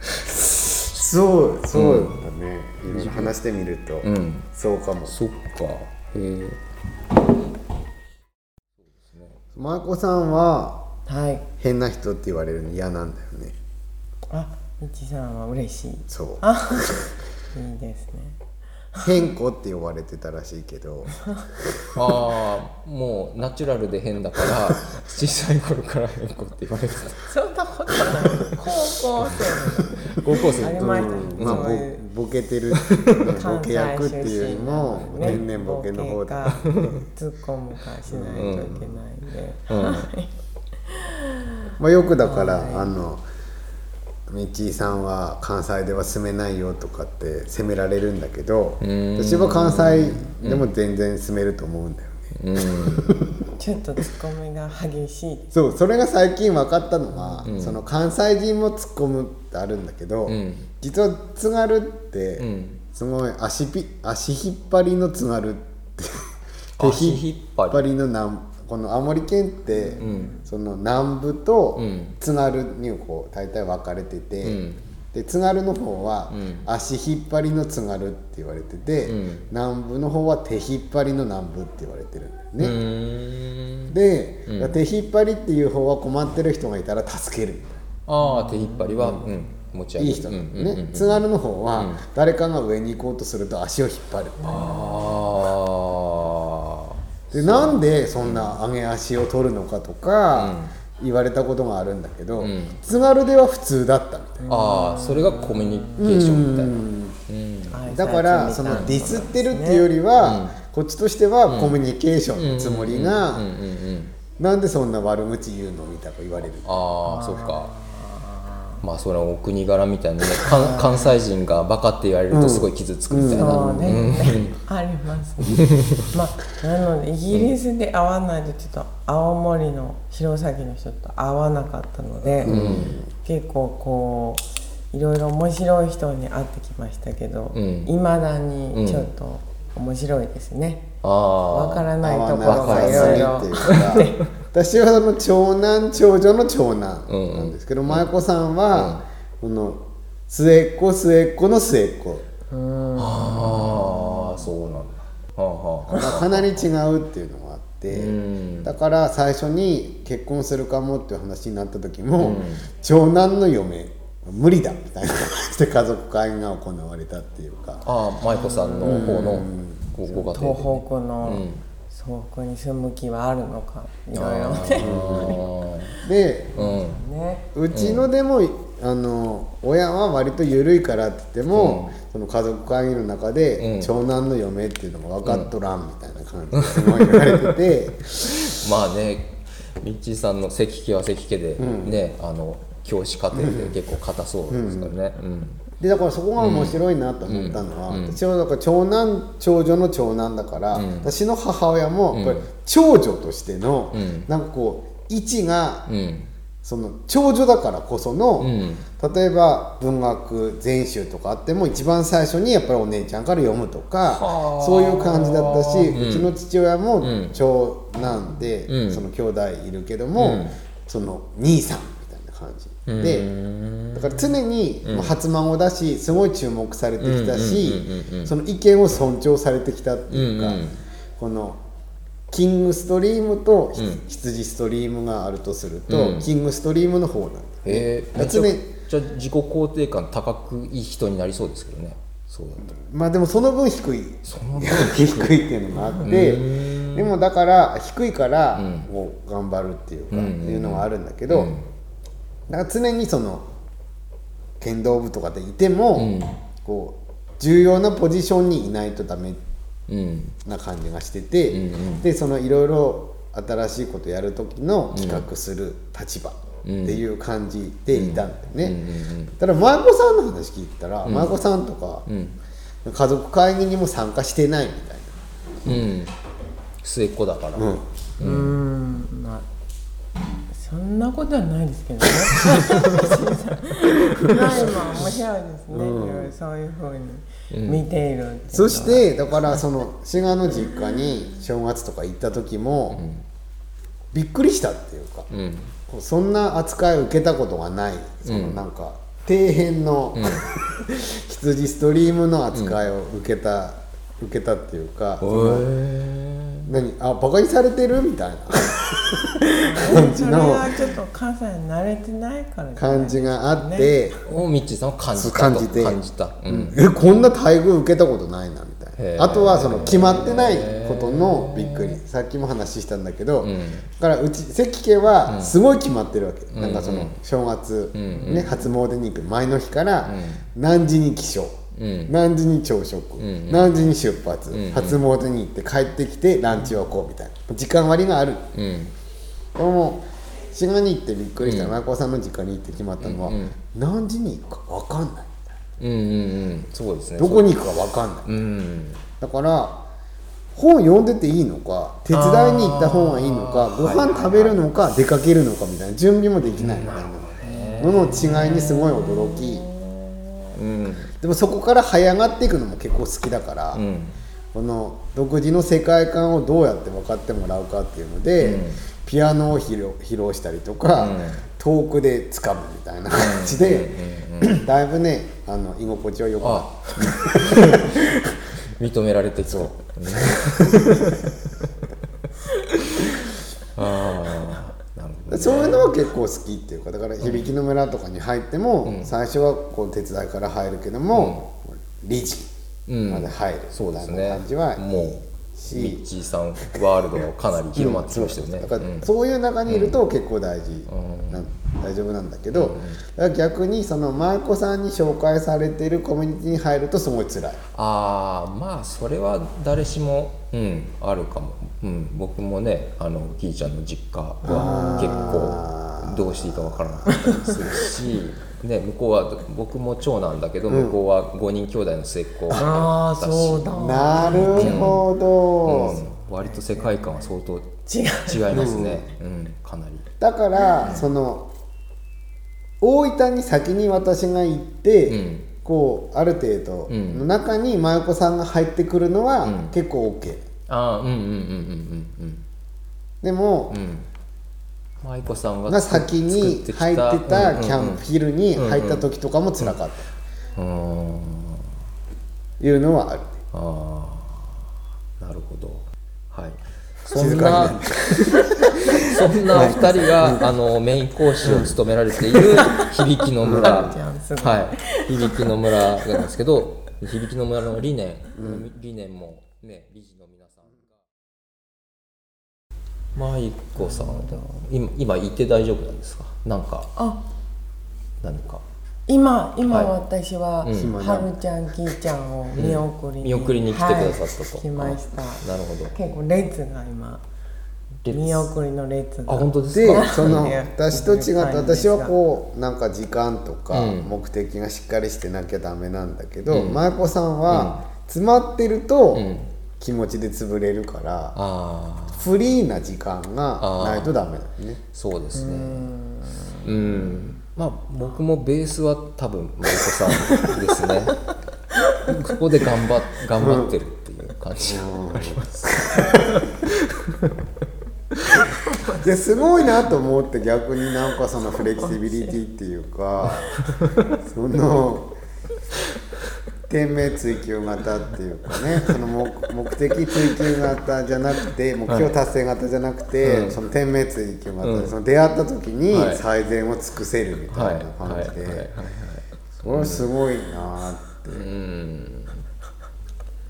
そうそうだね、いろいろ話してみると、
ん
そうかも
そっかへー [LAUGHS]
舞子さんは
はい
変な人って言われるの嫌なんだよね
あみちさんは嬉しい
そう
あいいですね
変子って呼ばれてたらしいけど
ああもうナチュラルで変だ [LAUGHS] から小さい頃から変更って言われて
そんなことない高校生
た [LAUGHS] 高校生
のあれ
の
まい
まあ
そういう
ボボケてる
[LAUGHS]
ボ
関
ケ
西
役って
出
いうより
身なの
も
でね
天然ボケの方だ
ボケか突っ込むかしないといけないんで、はい
まあ、よくだから、あのみっちーさんは関西では住めないよとかって責められるんだけど
ん
私は関西でも全然住めると思うんだよね、
ちょっと突っ込みが激しいです
そうそれが最近分かったのは、その関西人も突っ込むってあるんだけど、
ん
実は津軽って、
ん
すごい足ピ足引っ張りの津軽って
足
手
引っ張り
の南この青森県って、その南部と
うん
津軽にこう大体分かれてて、
うん
で津軽の方は、足引っ張りの津軽って言われてて、
うん
南部の方は手引っ張りの南部って言われてるんだよね。
うーん
で、手引っ張りっていう方は困ってる人がいたら助ける
ああ手引っ張りは、うん、持ち上げ
い
る
い人
う
なんん
う
だ
ん
よね津軽の方は誰かが上に行こうとすると足を引っ張る
あ
でなんでそんな上げ足を取るのかとか言われたことがあるんだけど、
ん
津軽では普通だったみたい
ーあーそれがコミュニケーションみたいな
挨拶みたいな
なだからそのディスってるっていうよりはこっちとしてはコミュニケーションのつもりが
うんうんうん
なんでそんな悪口言うのみたいなこと言われる
ああそっかまあそれはお国柄みたいなね関関西人がバカって言われるとすごい傷つくみたいな、
そうね、ありますねまあなのでイギリスで会わないとちょっと青森の弘前の人と会わなかったので、結構こういろいろ面白い人に会ってきましたけど
ん
いま、未だにちょっと面白いですね、わ
ああ
からない
合
とこ
わ
ろ
な
が
い
いろい
っていう
ろ
か私はその長男長女の長男なんですけど、舞子さんは、この末っ子末っ子の末っ子
ああそうなんだはあはあはあ
がかなり違うっていうのがあって、
ん
だから最初に結婚するかもっていう話になった時も、長男の嫁無理だみたいな感じで家族会が行われたっていうか
ああ舞子さんの方のごご家庭で、ね、
東北の、
うん
そこに住む気はあるのかいろいろね。
で
うん
ね
うちのでも、あの親は割と緩いからって言っても、その家族会議の中で、
うん
長男の嫁っていうのが分かっとらんみたいな感
[LAUGHS]
じですごい言われてて、
まあねミッチーさんの関家は関家でね、あの教師課程で結構硬そうですからね、うん
でだからそこが面白いなと思ったのは、私はだから長男長女の長男だから、私の母親もやっぱり長女としての、
ん
なんかこう位置が、
うん
その長女だからこその、
ん
例えば文学全集とかあっても一番最初にやっぱりお姉ちゃんから読むとか
はあ
そういう感じだったし、うちの父親も
ん
長男で、
うん
その兄弟いるけども、
うん
その兄さんみたいな感じ
うん
でだから常にまあ初孫だしすごい注目されてきたし
うんうんうんうん
その意見を尊重されてきたっていうか、
うんうん
このキングストリームとひ
うん
羊ストリームがあるとすると、
うん
キングストリームの方なんだ
えー、めち
夏
ゃ
目
くちゃ自己肯定感高くいい人になりそうですけどねそうだったら
まあでもその分低い
その分
低いっていうのがあって
うん
でもだから低いから
うん
こう頑張るっていうか、
うん
いうのがあるんだけど、
うん
だから常にその剣道部とかでいても、
うん
こう重要なポジションにいないとダメ
うん
な感じがしてて、
うんうん
でそのいろいろ新しいことやる時の企画する立場っていう感じでいたんだよね。
うんうんうん
ただ舞妓さんの話聞いたら、
ん
舞妓さんとか、
うん
家族会議にも参加してないみたい
うん末っ子だから、
な。うん
うーんまあそんなことはないですけどね。ないも面白いですね。いろいろそういう風に見ているっていうのは
そしてだからその志賀の実家に正月とか行った時も、びっくりしたっていうか、
うん
こうそんな扱いを受けたことがないそのなんか底辺の、 [LAUGHS] 羊ストリームの扱いを受けた、受けたっていうか、その何あバカにされてるみたいな感じ
それ
の
はちょっと関西に慣れてないからじゃない
感じがあって、
をミッチーさんは感じたと
感じて
た、う
うんんえこんな待遇受けたことないなみたい
へ
な
ー
あとはその決まってないことのびっくりさっきも話したんだけど、
ん
だからうち関家はすごい決まってるわけ、なんかそ
うんう
の
ん
正月、
んうん
ね、初詣に行く前の日から何時に起床、
うん
何時に朝食、
んうん
何時に出発、
んうん
初詣に行って帰ってきてランチはこうみたいな時間割がある
うん
でももう滋賀に行ってびっくりした親子、さんの実家に行って決まったのは、
うんうん
何時に行くか分かんない
うんうんうんそうですね
どこに行くか分かんない
うん
だから本読んでていいのか手伝いに行った方がいいのかご飯食べるのか出かけるのかみたいな準備もできないみたいなのの違いにすごい驚き
うん
でもそこから這い上がっていくのも結構好きだから、
うん
この独自の世界観をどうやって分かってもらうかっていうので、
うん
ピアノを披露披露したりとか、
うん
遠くで掴むみたいな感じで、 [CLEARS THROAT] だいぶねあの居心地は良くな [LAUGHS] った。
あ認められてきたうんああなるほど
そういうのは結構好きっていうかだから響きの村とかに入っても、最初はこう手伝いから入るけども、理事まで入る
そうです
みたいな
ね
感じは、
も
し
うミッチーさんワールドがかなり広まってきましたよね
だから、
うん
そういう中にいると結構大事な、大丈夫なんだけど、だから逆にその舞妓さんに紹介されているコミュニティに入るとすごい辛い。
ああまあそれは誰しも、うん、あるかも、うん、僕もねあのキイちゃんの実家は結構どうしていいかわからなかったりするし、ね、向こうは僕も長男だけど向こうは5人兄弟の末っ子だし、
ああそうだ。
なるほど、
うん、割と世界観は相当違
違う。
いますね、うん、かなり。
だから、その大分に先に私が行って、
うん
こうある程度
うん
の中に真由子さんが入ってくるのは
ん
結構 OK、
ああうんうんうんうん
でも
うんう、んうん舞子さんが
が先に入ってたキャンプヒルに
うんうん
入った時とかも辛かっ
プうん
たいうのはある、
ああなるほどはいそ
静
ん
か
な
にな
[LAUGHS] そんな2人があのメイン講師を務められている響きの村はい響きの村なんですけど響きの村の理念、理念もね理事の皆さんが舞子さんは今今言って大丈夫なんですかなんか
あ
何か
今今
はい
私は、
うん
はるちゃんきいちゃんを見送りに、
見送りに来てくださったと
はい来ました。
なるほど
結構列が今
列
見送りの列
あ
が。
本当ですか
でその
いや
私と違って
いいんで
私
すが
はこうなんか時間とか
うん
目的がしっかりしてなきゃダメなんだけど、
うん
真由子さんは詰まってると
ん
気持ちで潰れるから、
ああ
フリーな時間がないとダメだよね
そうですねうんまあ僕もベースは多分舞子さんです [LAUGHS] ねここで頑張っ頑張ってるっていう感じがあります
いやすごいなと思って逆になんかそのフレキシビリティっていう
[LAUGHS]
かその天命追求型っていうかねその目目的追求型じゃなくて目標達成型じゃなくて、
うん
その天命追求型で、
うん
その出会った時
は
に
い
最善を尽くせるみた
はいい
な
はい
感
はい
じで、
はい
それはすごいなって。
うん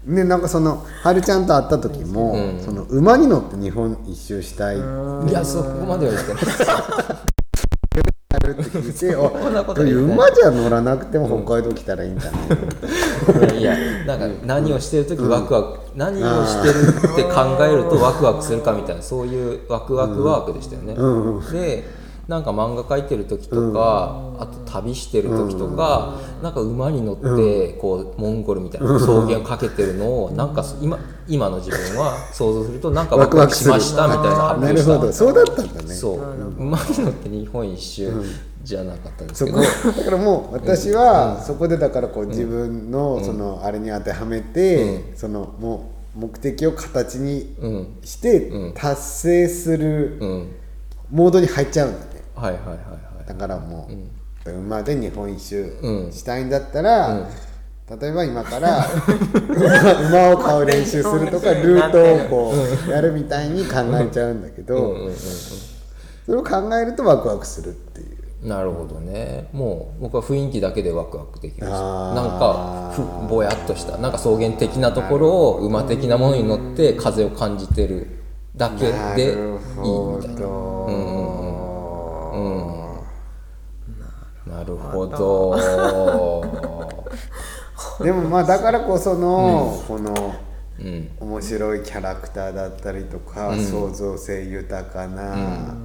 ね、なんかそのはるちゃんと会った時も、
うん
その馬に乗って日本一周したいって
いやそこまでは言ってない
聞いてあ
そんなこと言ってない
馬じゃ乗らなくても北海道来たらいいんじゃない、
いやなんか何をしてる時ワクワク、何をしてるって考えるとワクワクするかみたいなそういうワクワクワークでしたよね。でなんか漫画描いてる時とか、あと旅してる時とか、なんか馬に乗ってこうモンゴルみたいな草原をかけてるのをなんか今今の自分は想像するとなんかワクワクしましたみたいな発
な
表
る
し
ほ
た
どそうだったんだね
そう馬に乗って日本一周じゃなかったで
そ
すけ
こ
ど、
だからもう私はそこでだからこう自分のそのあれに当てはめて、そのもう目的を形に
うん
して達成す
う
る
ん、
モードに入っちゃうんだね
はいはいはいはい
だからもう、馬で日本一周
うん
したいんだったら、例えば今から馬馬を買う練習するとかルートをこうやるみたいに考えちゃうんだけど、それを考えるとワクワクするっていう。
なるほどねもう僕は雰囲気だけでワクワクできました
あー
なんかふぼやっとしたなんか草原的なところを馬的なものに乗って風を感じてるだけ
な
でいい
るほ
みたいな
ど
なるほど
でもまあだからこその、この
うん
面白いキャラクターだったりとか、創造性豊かな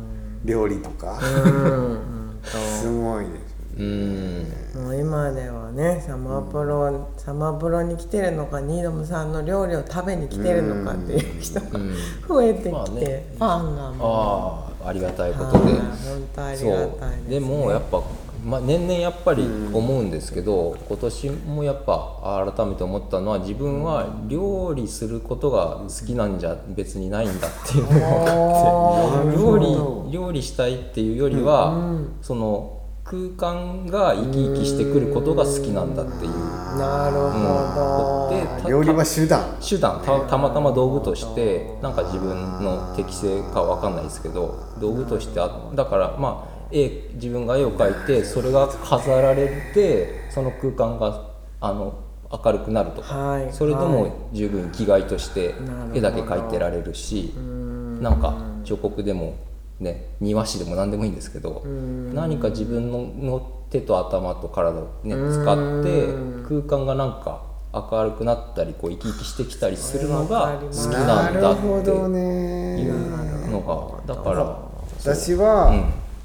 料理とか、
うん
[LAUGHS] すごいですね
[LAUGHS] うん
もう今ではねサマープロ、サマープロに来てるのかニードムさんの料理を食べに来てるのかっていう人が増えてきて、
まあね
ファンがも
ああありがたいうこ
は
と
い
で
本当ありが
そ
たいです、
うでもやっぱ、まあ、年々やっぱり思うんですけど、今年もやっぱ改めて思ったのは自分は料理することが好きなんじゃ別にないんだっていうのが分かって
なる
料
ほ
理料理したいっていうよりは、その空間が生き生きしてくることが好きなんだっていう。
なるほど、
でた
料理は手段
手段たたまたま道具としてなんか自分の適性かわかんないですけど道具としてあだからまあ絵自分が絵を描いてそれが飾られてその空間があの明るくなるとか、
はい
それで
はい
も十分生きがいとして
なるほど
絵だけ描いてられるしなんか彫刻でも、ね、庭師でも何でもいいんですけど何か自分のの手と頭と体を、ね、使って空間がなんか明るくなったりこう生き生きしてきたりするのが好きなんだって
ほど
いう
ね
のがだから
私は、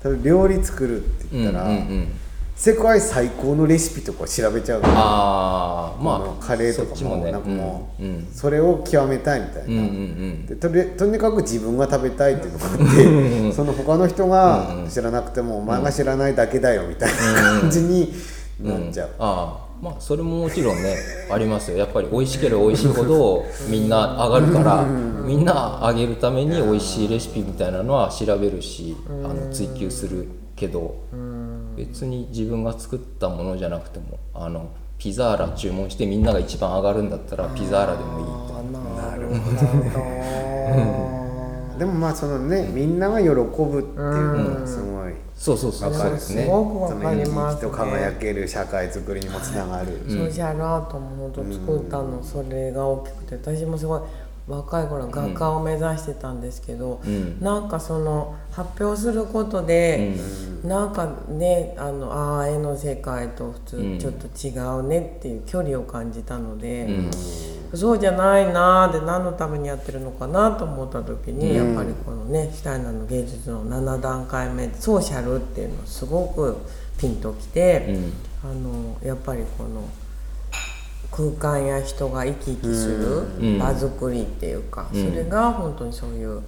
多分料理作るって言ったら、
うんうんうん
世界最高のレシピとか調べちゃう
ああ
あ
ま
の
あ
カレー
そ
と
っ
か
ちも
も
ね
なんかもう、
うんうん
それを極めたいみたいな、
うんうん
でとりとにかく自分が食べたいっていうのがあってその他の人が知らなくてもお前が知らないだけだよみたいな感じになっちゃう、
ああまあそれももちろんねありますよやっぱり美味しければ美味しいほどみんな上がるからみんな上げるために美味しいレシピみたいなのは調べるしあの追求するけど別に自分が作ったものじゃなくてもあのピザーラ注文してみんなが一番上がるんだったらピザーラでもいいと
あなるほど
でもまあそのねみんなが喜ぶっていうのがすごい、
そうそうそうそうです
す
ね
ごくわ
そ
か
の生き
りま
生き
す
と
ね
輝ける社会づくりにもつながる、
ソーシャルアートも本当作ったの、それが大きくて私もすごい若い頃画家を目指してたんですけど、
ん
なんかその発表することで、なんかねあのああ絵の世界と普
うん
通ちょっと違うねっていう距離を感じたので、そうじゃないなーで何のためにやってるのかなと思った時に、やっぱりこのねシュタイナーの芸術の7段階目ソーシャルっていうのすごくピンときて。
うん
あのやっぱりこの空間や人が生き生きす
うん
る場作りっていうか、それが本当にそういうあの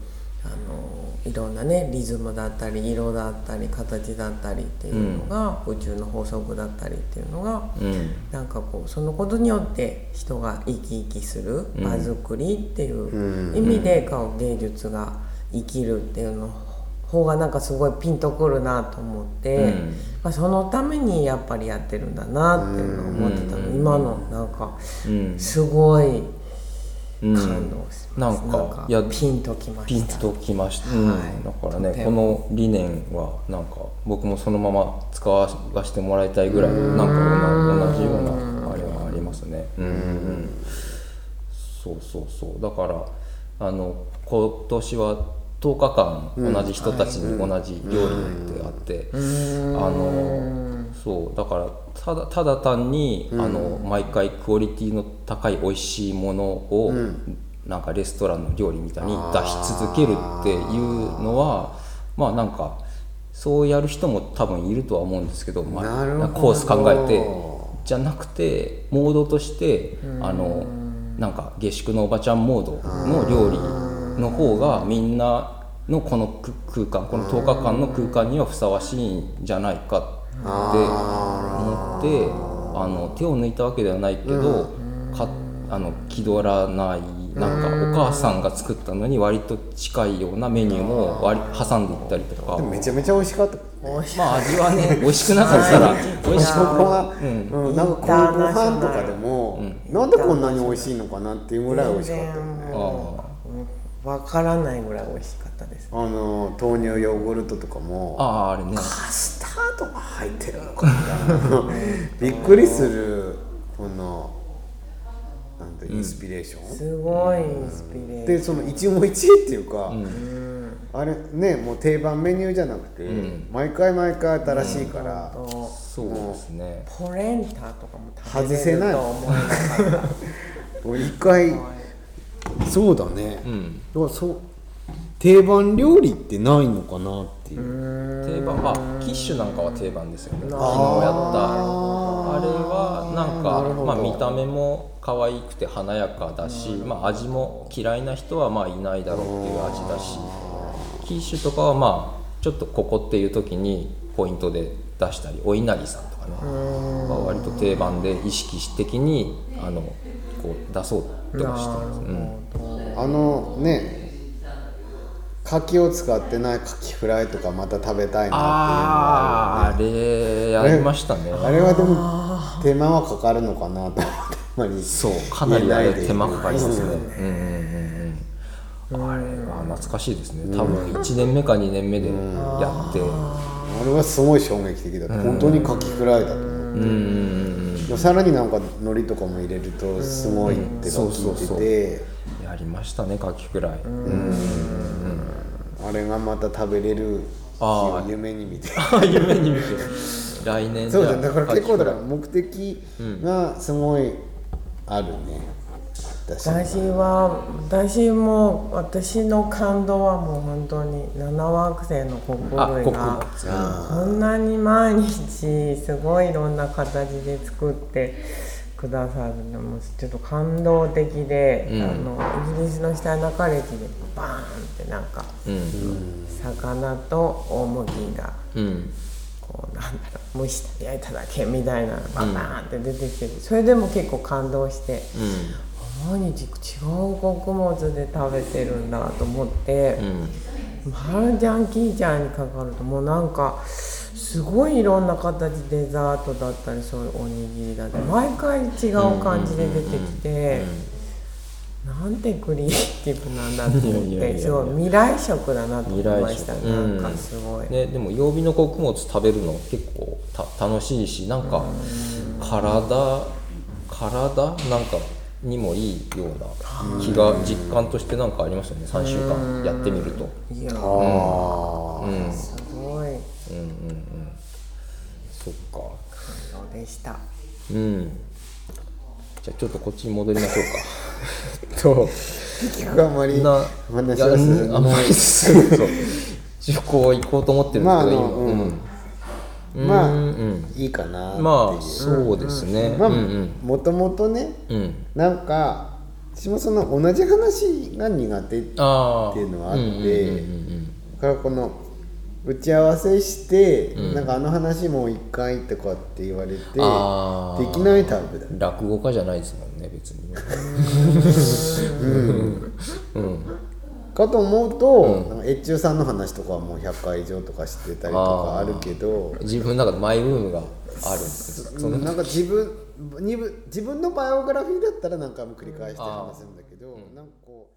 いろんなねリズムだったり色だったり形だったりっていうのが、宇宙の法則だったりっていうのが、
うん
なんかこうそのことによって人が生き生きする場作りっていう意味でこう芸術が生きるっていうの方がなんかすごいピンとくるなと思って、
うん
まあそのためにやっぱりやってるんだなっていうのを思ってたの、今のなんか
うん
すごい
うん
感動します、
なんかいや
ピンときま
ピ
し
ン
た
ときました、うん
はい
だから
と
ね
て
この理念はなんか僕もそのまま使わせてもらいたいぐらいなんか同同じようなあれはありますねうん、うん、そうそうそうだからあの今年は10日間同じ人たちに同じ料理ってあって、あのそうだからただただ単に、あの毎回クオリティの高い美味しいものを、なんかレストランの料理みたいに出し続けるっていうのはまあなんかそうやる人も多分いるとは思うんですけどま
な
あ
るほど
コース考えてじゃなくてモードとしてあのなんか下宿のおばちゃんモードの料理の方がみんなのこの空間この10日間の空間にはふさわしいんじゃないかって思ってあの手を抜いたわけではないけど、かあの気取らないなんかお母さんが作ったのに割と近いようなメニューも割り挟んでいったりとか
でもめちゃめちゃ美味しかったですね
まあ味はね美味しくなか [LAUGHS] ったら美味し
そ
く
こは、うんなんかこういうご飯とかでも、なんでこんなに美味しいのかなっていうぐらい美味しかったよ
全然
ね
もうわからないぐらい美味しかったです
あの豆乳ヨーグルトとかも
あああれね
カスタードが入ってるのかみたいな
[LAUGHS]
びっくりするこのなんてインスピレーション、
すごいインスピレーション
でその一期一会っていうか、あれねもう定番メニューじゃなくて、毎回毎回新しいから、
と
そうですね
ポレンタとかも食
外
べ
せ
れる
ない
と思わなかった
もう一回そうだね、
ん
だからそう定番料理ってないのかなっていう、
定番まあキッシュなんかは定番ですよね昨日やったあれはなんかまあ見た目も可愛くて華やかだし、まあ、味も嫌いな人はまあいないだろうっていう味だしキッシュとかはまあちょっとここっていう時にポイントで出したりお稲荷さんとかねまあ割と定番で意識的にあのこう出そうとはしてます、うん、
あのね柿を使ってない柿フライとかまた食べたいなっていうのは
ああーあれやりましたね
あれはでも手間はかかるのかなと思ってあんまり
そうかなりあ
言え
れ
いで
手間かかりますねうんうんうんうんあれは懐かしいですね多分1年目か2年目でやって
あれはすごい衝撃的だった本当にカキフライだと思
うんうん
ってさらになんか海苔とかも入れるとすごいってのが
そうそう
聞い
そう
てて
うんやりましたねカキフライ
あれがまた食べれる日
[LAUGHS] あ
を夢に見て
夢に見て来年
そうだねだから結構だから
カ
目的がすごいあるね私
私は私も私の感動はもう本当に7惑星の国
キフライ
類
あ
がこんなに毎日すごいいろんな形で作ってくださるのもちょっと感動的で、
うん
あのイギリスの下中歴でバーンってなんか
国うん
魚と大麦が
うん
こうなんだろう蒸して焼いただけみたいなのがバーンって出てきてる、それでも結構感動して。毎日違う穀物で食べてるんだと思って
うんう、ん
マルジャンキーちゃんにかかるともうなんかすごいいろんな形デザートだったりそういうおにぎりだったり毎回違う感じで出てきて。なんてクリエイティブなんだと思っ
[LAUGHS] いやいやいやい
て
や
すごい未来食だなと思いました
未来
な
食
んかすごい、
ね、でも曜日の穀物食べるの結構た楽しいしなんか体体なんかにもいいような気が実感としてなんかありましたね3週間やってみると
いや
ああ
すごい
そっか
感動でした
うんじゃあちょっとこっちに戻りましょう [LAUGHS]
と結局あんまり
かな
話
いや
はす
うんあんまり進むと旅行行こうと思ってるん
まああ
だけど今
のう
うんん
まあ
うん
いいかなっていう
まあそうですね
まあ、
うんうん
もともとね
うん
なんか私もその同じ話が苦手だ
あー
っていうのはあっ
ん
て
んうんうん
からこの打ち合わせして、なんかあの話もう一回とかって言われてで
あー
きないタイプだ
うん落語家じゃないですもんね別にね
かと思うと、
うん
なんか越中さんの話とかはもう100回以上とかしてたりとかあるけど
自分の中でマイブームがあるんですその
なんか自分にぶ自分のバイオグラフィーだったら何回も繰り返して話すんだけど、なんかこう。